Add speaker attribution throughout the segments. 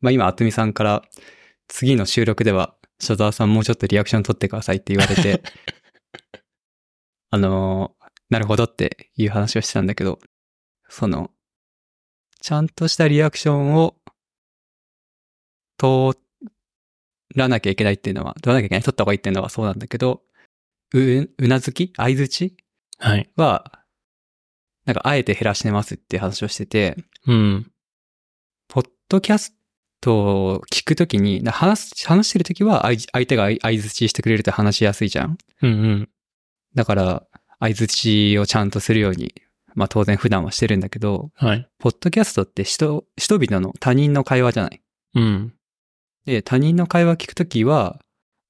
Speaker 1: まあ今、あつみさんから、次の収録では、所沢さんもうちょっとリアクション取ってくださいって言われ て、あのーなるほどっていう話をしてたんだけど、その、ちゃんとしたリアクションを、取らなきゃいけないっていうのは、取らなきゃいけない、取った方がいいっていうのはそうなんだけど、う、うなずき相づち
Speaker 2: はい。
Speaker 1: は、なんかあえて減らしてますって話をしてて、
Speaker 2: うん。
Speaker 1: ポッドキャストを聞くときに、な話す、話してるときは相相手が相相づちしてくれると話しやすいじゃん。
Speaker 2: うんうん。
Speaker 1: だから、相づちをちゃんとするように、まあ当然普段はしてるんだけど、
Speaker 2: はい。
Speaker 1: ポッドキャストって人、人々の他人の会話じゃない。
Speaker 2: うん。
Speaker 1: で、他人の会話聞くときは、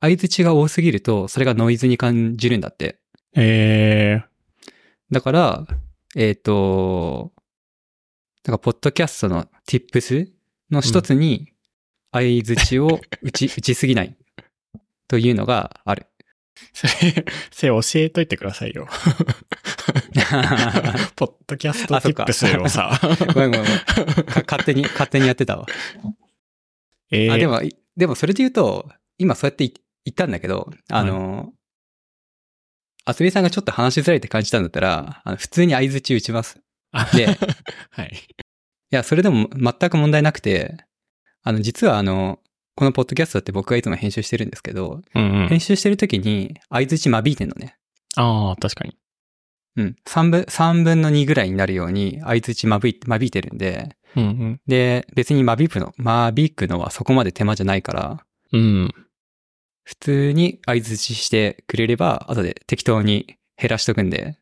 Speaker 1: 相づちが多すぎると、それがノイズに感じるんだって。
Speaker 2: え
Speaker 1: だから、えっ、と、なんか、ポッドキャストの tips の一つに、相づちを打ち、 打ちすぎない。というのがある。
Speaker 2: ー、それ、 それ教えといてくだ さいよ。ポッドキャスト
Speaker 1: あそ
Speaker 2: テ
Speaker 1: っ
Speaker 2: ィッ
Speaker 1: か
Speaker 2: プスをさ。
Speaker 1: ごめんごめんごめんか勝手に、勝手にやってたわ。
Speaker 2: えー、
Speaker 1: あ、でも、いでもそれで言うと、今そうやってい言ったんだけど、あの、あつみさんがちょっと話しづらいって感じたんだったら、あの普通に相づち打ちます。
Speaker 2: あ
Speaker 1: で
Speaker 2: はい。
Speaker 1: いや、それでも全く問題なくて、あの、実はあの、このポッドキャストって僕がいつも編集してるんですけど、
Speaker 2: うんうん
Speaker 1: 編。集してる時に相づち間引いてんのね。
Speaker 2: ああ、確かに。
Speaker 1: うん。3分、三分の2ぐらいになるように相づち間引い間引いてるんで、
Speaker 2: うん
Speaker 1: で、別に間引くの、間引くのはそこまで手間じゃないから、
Speaker 2: うん。うん。
Speaker 1: 普通に相づちしてくれれば、後で適当に減らしとくんで、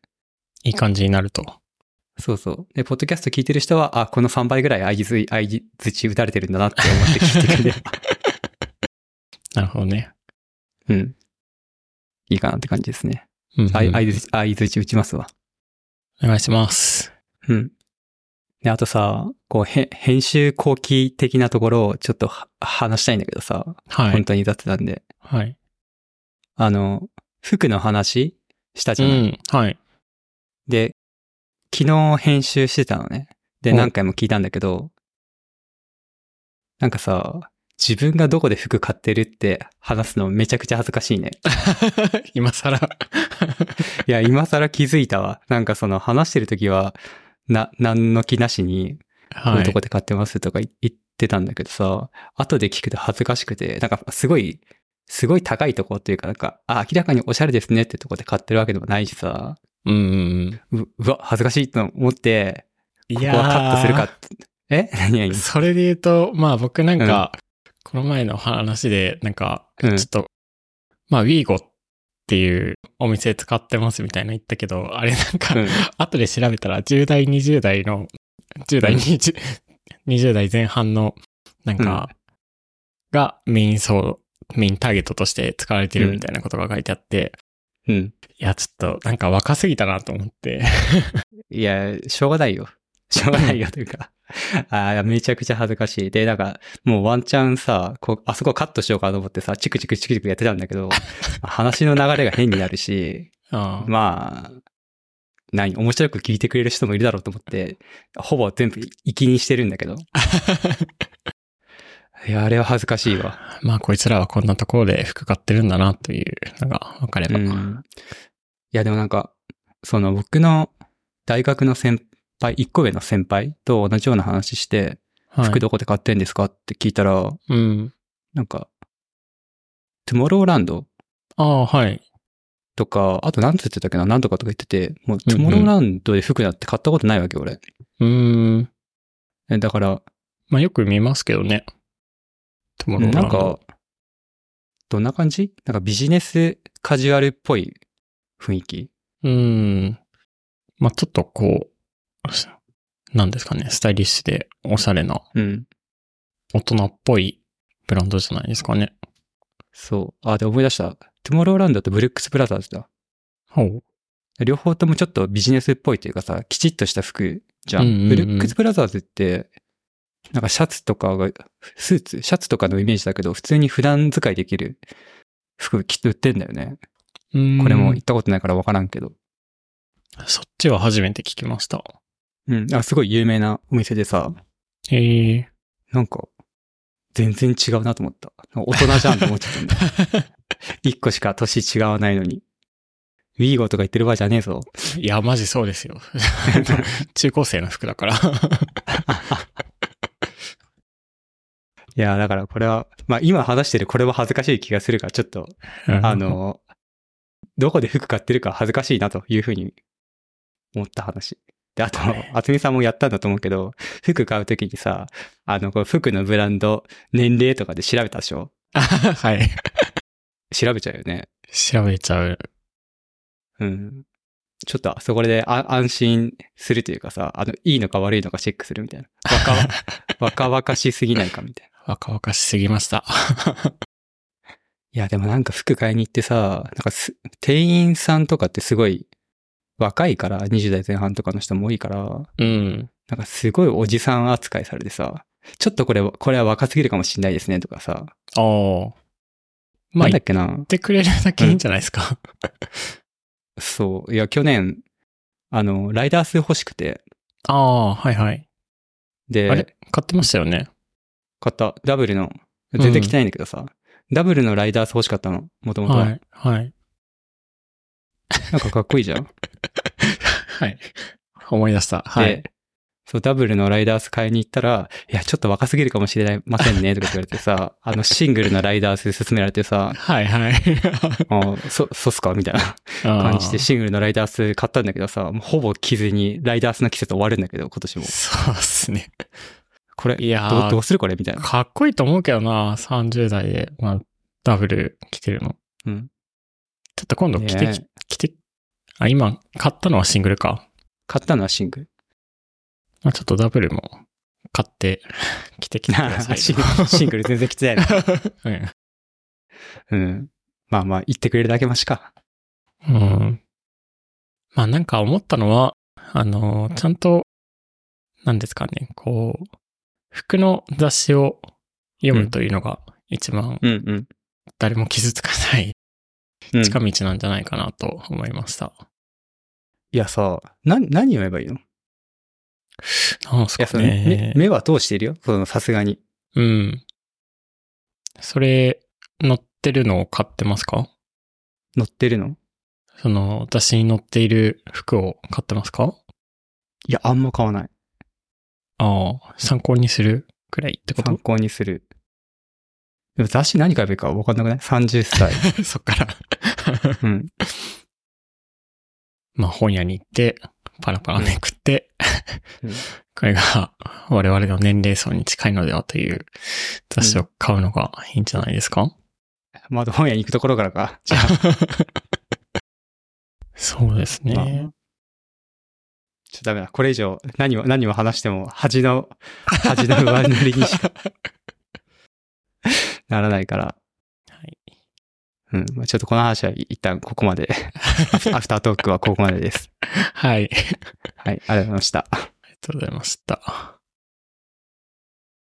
Speaker 2: いい感じになると。
Speaker 1: そうそう。で、ポッドキャスト聞いてる人は、あ、この3倍ぐらい相づ相づち打たれてるんだなって思って聞いてく れれば、
Speaker 2: なるほどね。
Speaker 1: うん。いいかなって感じですね。
Speaker 2: うん、うん。
Speaker 1: あい、あいず、あいづち打ちますわ。
Speaker 2: お願いします。
Speaker 1: うん。で、あとさ、こう、へ、編集後期的なところをちょっとは話したいんだけどさ、
Speaker 2: は
Speaker 1: 本
Speaker 2: い。
Speaker 1: 当に至ってたんで、
Speaker 2: はい。
Speaker 1: あの、服の話した
Speaker 2: う
Speaker 1: じゃない、
Speaker 2: ん。はい。
Speaker 1: で、昨日編集してたのね。で、
Speaker 2: お
Speaker 1: 何回も聞いたんだけど、なんかさ、自分がどこで服買ってるって話すのめちゃくちゃ恥ずかしいね。
Speaker 2: 今 更。
Speaker 1: いや、今更気づいたわ。なんかその話してる時は、な、何の気なしに、こう
Speaker 2: は
Speaker 1: いうと
Speaker 2: い
Speaker 1: こ。で買ってますとかい言ってたんだけどさ、後で聞くと恥ずかしくて、なんかすごい、すごい高いとこっていうかなんか、あ、明らかにおしゃれですねってとこで買ってるわけでもないしさ、
Speaker 2: うんうん
Speaker 1: ううわ、恥ずかしいと思って、
Speaker 2: うん。
Speaker 1: こ
Speaker 2: い
Speaker 1: こ
Speaker 2: や
Speaker 1: はカットするか
Speaker 2: ー
Speaker 1: って。え何々
Speaker 2: それで言うと、まあ僕なんか、この前の話で、なんか、ち
Speaker 1: う
Speaker 2: ょ
Speaker 1: ん
Speaker 2: っと、まあ WeGo っていうお店使ってますみたいな言ったけど、あれなんか、
Speaker 1: うん
Speaker 2: 後で調べたら10代、20代の、10代、
Speaker 1: うん
Speaker 2: 20 20代前半の、なんか、がメイン層、メインターゲットとして使われてるみたいなことが書いてあって、
Speaker 1: うん。
Speaker 2: いや、ちょっと、なんか若すぎたなと思って。
Speaker 1: いや、しょうが ないよ。しょうがないよというか。あーめちゃくちゃ恥ずかしい。で、なんか、もうワンチャンさ、こう、あそこカットしようかと思ってさ、チクチクチクチクやってたんだけ ど、話の流れが変になるし、
Speaker 2: ああ
Speaker 1: まあ、何、面白く聞いてくれる人もいるだろうと思って、ほぼ全部生きにしてるんだけど。いや、あれは恥ずかしいわ。
Speaker 2: まあ、こいつらはこんなところで服買ってるんだなというのが分かれ
Speaker 1: う
Speaker 2: ば。
Speaker 1: ん。いや、でもなんか、その僕の大学の先輩、一個上の先輩と同じような話して、
Speaker 2: はい
Speaker 1: 服どこで買ってんですかって聞いたら、
Speaker 2: うん。
Speaker 1: なんか、トゥモローランド
Speaker 2: ああ、はい。
Speaker 1: とか、あと何つってたっけな、何とかとか言ってて、もうトゥモローランドで服なんて買ったことないわけ、俺。
Speaker 2: うーん。
Speaker 1: えだから、
Speaker 2: まあ、よく見ますけどね。トモロー
Speaker 1: な
Speaker 2: ラン
Speaker 1: ん
Speaker 2: ド
Speaker 1: か、、どんな感じなんかビジネスカジュアルっぽい雰囲気
Speaker 2: うーん。まあ、ちょっとこう、なんですかね、スタイリッシュでおしゃれな、
Speaker 1: うん。
Speaker 2: 大人っぽいブランドじゃないですかね。
Speaker 1: そう。あ、で思い出した。トゥモローランドとブルックスブラザーズだ。
Speaker 2: ほう。
Speaker 1: 両方ともちょっとビジネスっぽいというかさ、きちっとした服じゃん。
Speaker 2: うんうんうん
Speaker 1: ブルックスブラザーズって、なんかシャツとかが、スーツ、シャツとかのイメージだけど、普通に普段使いできる服きっと売ってんだよね。
Speaker 2: うーん
Speaker 1: これも行ったことないからわからんけど。
Speaker 2: そっちは初めて聞きました。
Speaker 1: うん。あ、すごい有名なお店でさ、
Speaker 2: へえ
Speaker 1: なんか、全然違うなと思った。大人じゃんと思っちゃ ったんだ。一個しか年違わないのに。ウィーゴとか言ってる場合じゃねえぞ。
Speaker 2: いや、マジそうですよ。 中高生の服だから。
Speaker 1: いや、だからこれは、まあ今話してるこれは恥ずかしい気がするから、ちょっと、あ、の、どこで服買ってるか恥ずかしいなというふうに思った話。で、あと
Speaker 2: はい、
Speaker 1: 厚みさんもやったんだと思うけど、服買うときにさ、あの、こう服のブランド、年齢とかで調べたでしょ
Speaker 2: はい。
Speaker 1: 調べちゃうよね。
Speaker 2: 調べちゃう。
Speaker 1: うん。ちょっと、そこであ安心するというかさ、あの、いいのか悪いのかチェックするみたいな。 若々しすぎないかみたいな。
Speaker 2: 若々しすぎました。
Speaker 1: いや、でもなんか服買いに行ってさ、なんかす店員さんとかってすごい若いから、20代前半とかの人も多いから、
Speaker 2: うん。
Speaker 1: なんかすごいおじさん扱いされてさ、ちょっとこれ、これは若すぎるかもしんないですねとかさ、
Speaker 2: ああ。ま
Speaker 1: な
Speaker 2: あ、
Speaker 1: んだ
Speaker 2: 言
Speaker 1: っけな
Speaker 2: っ。てくれるだけいいんじゃないですか。
Speaker 1: そう。いや、去年、あの、ライダース欲しくて、
Speaker 2: ああ、はいはい。あ
Speaker 1: で、
Speaker 2: れ買ってましたよね。
Speaker 1: 買った、ダブルの、
Speaker 2: ん
Speaker 1: 全然着てないんだけどさ、ダブルのライダース欲しかったの、もともと。
Speaker 2: はい。はい。
Speaker 1: なんかかっこいいじゃん。
Speaker 2: はい。思い出した。 はい。
Speaker 1: で、そう、ダブルのライダース買いに行ったら、いや、ちょっと若すぎるかもしれませんね、とかって言われてさ、あの、シングルのライダース勧められてさ、
Speaker 2: はい はい。
Speaker 1: あーそ、そうっすかみたいな
Speaker 2: 感
Speaker 1: 感じで、シングルのライダース買ったんだけどさ、もうほぼ着ずに、ライダースの季節終わるんだけど、今年も。
Speaker 2: そうっすね。
Speaker 1: これ、
Speaker 2: いや
Speaker 1: どうど
Speaker 2: ー
Speaker 1: う、するこれみたいな。
Speaker 2: かっこいいと思うけどな、30代で、まあ、ダブル着てるの。
Speaker 1: うん。
Speaker 2: ちょっと今度着て
Speaker 1: ね
Speaker 2: き、着て、あ、今、買ったのはシングルか。
Speaker 1: 買ったのはシン グル。
Speaker 2: まあ、ちょっとダブルも買って、着てきてくだ さ い。
Speaker 1: シングルシングル全然着てない の。
Speaker 2: うん
Speaker 1: うん。まあまあ、言ってくれるだけマシか。
Speaker 2: うん。まあなんか思ったのは、あの、ちゃんと、なんですかね、こう、服の雑誌を読むというのが一番
Speaker 1: うんうん
Speaker 2: 誰も傷つかない
Speaker 1: うん。
Speaker 2: 近道なんじゃないかなと思いました。
Speaker 1: いやさ、な、何を言えばいいのい
Speaker 2: なんす
Speaker 1: や、
Speaker 2: か
Speaker 1: その、目
Speaker 2: ね。
Speaker 1: 目は通しているよ。その、さすがに。
Speaker 2: うん。それ、載ってるのを買ってますか
Speaker 1: 乗ってるの
Speaker 2: その、雑誌に載っている服を買ってますか
Speaker 1: いや、あんま買わない。
Speaker 2: ああ、参考にするくらいってこ
Speaker 1: 参
Speaker 2: と
Speaker 1: 考にする。でも雑誌何買えばいいか分かんなくない ?30 歳。
Speaker 2: そっから。
Speaker 1: うん。
Speaker 2: まあ本屋に行って、パラパラめくって、
Speaker 1: うん
Speaker 2: これが我々の年齢層に近いのではという雑誌を買うのがいいんじゃないですか、
Speaker 1: まだ本屋に行くところからか。じゃあ、
Speaker 2: そうです
Speaker 1: まあ
Speaker 2: ね。
Speaker 1: ちょっとダメだ。これ以上、何を、何を話しても、恥の、恥の上塗りにしかならないから。
Speaker 2: はい。
Speaker 1: うん。まあ、ちょっとこの話は一旦ここまで。アフアフタートークはここまでです。
Speaker 2: はい。
Speaker 1: はい。あ
Speaker 2: あり
Speaker 1: りがとうございました。
Speaker 2: がとうございました。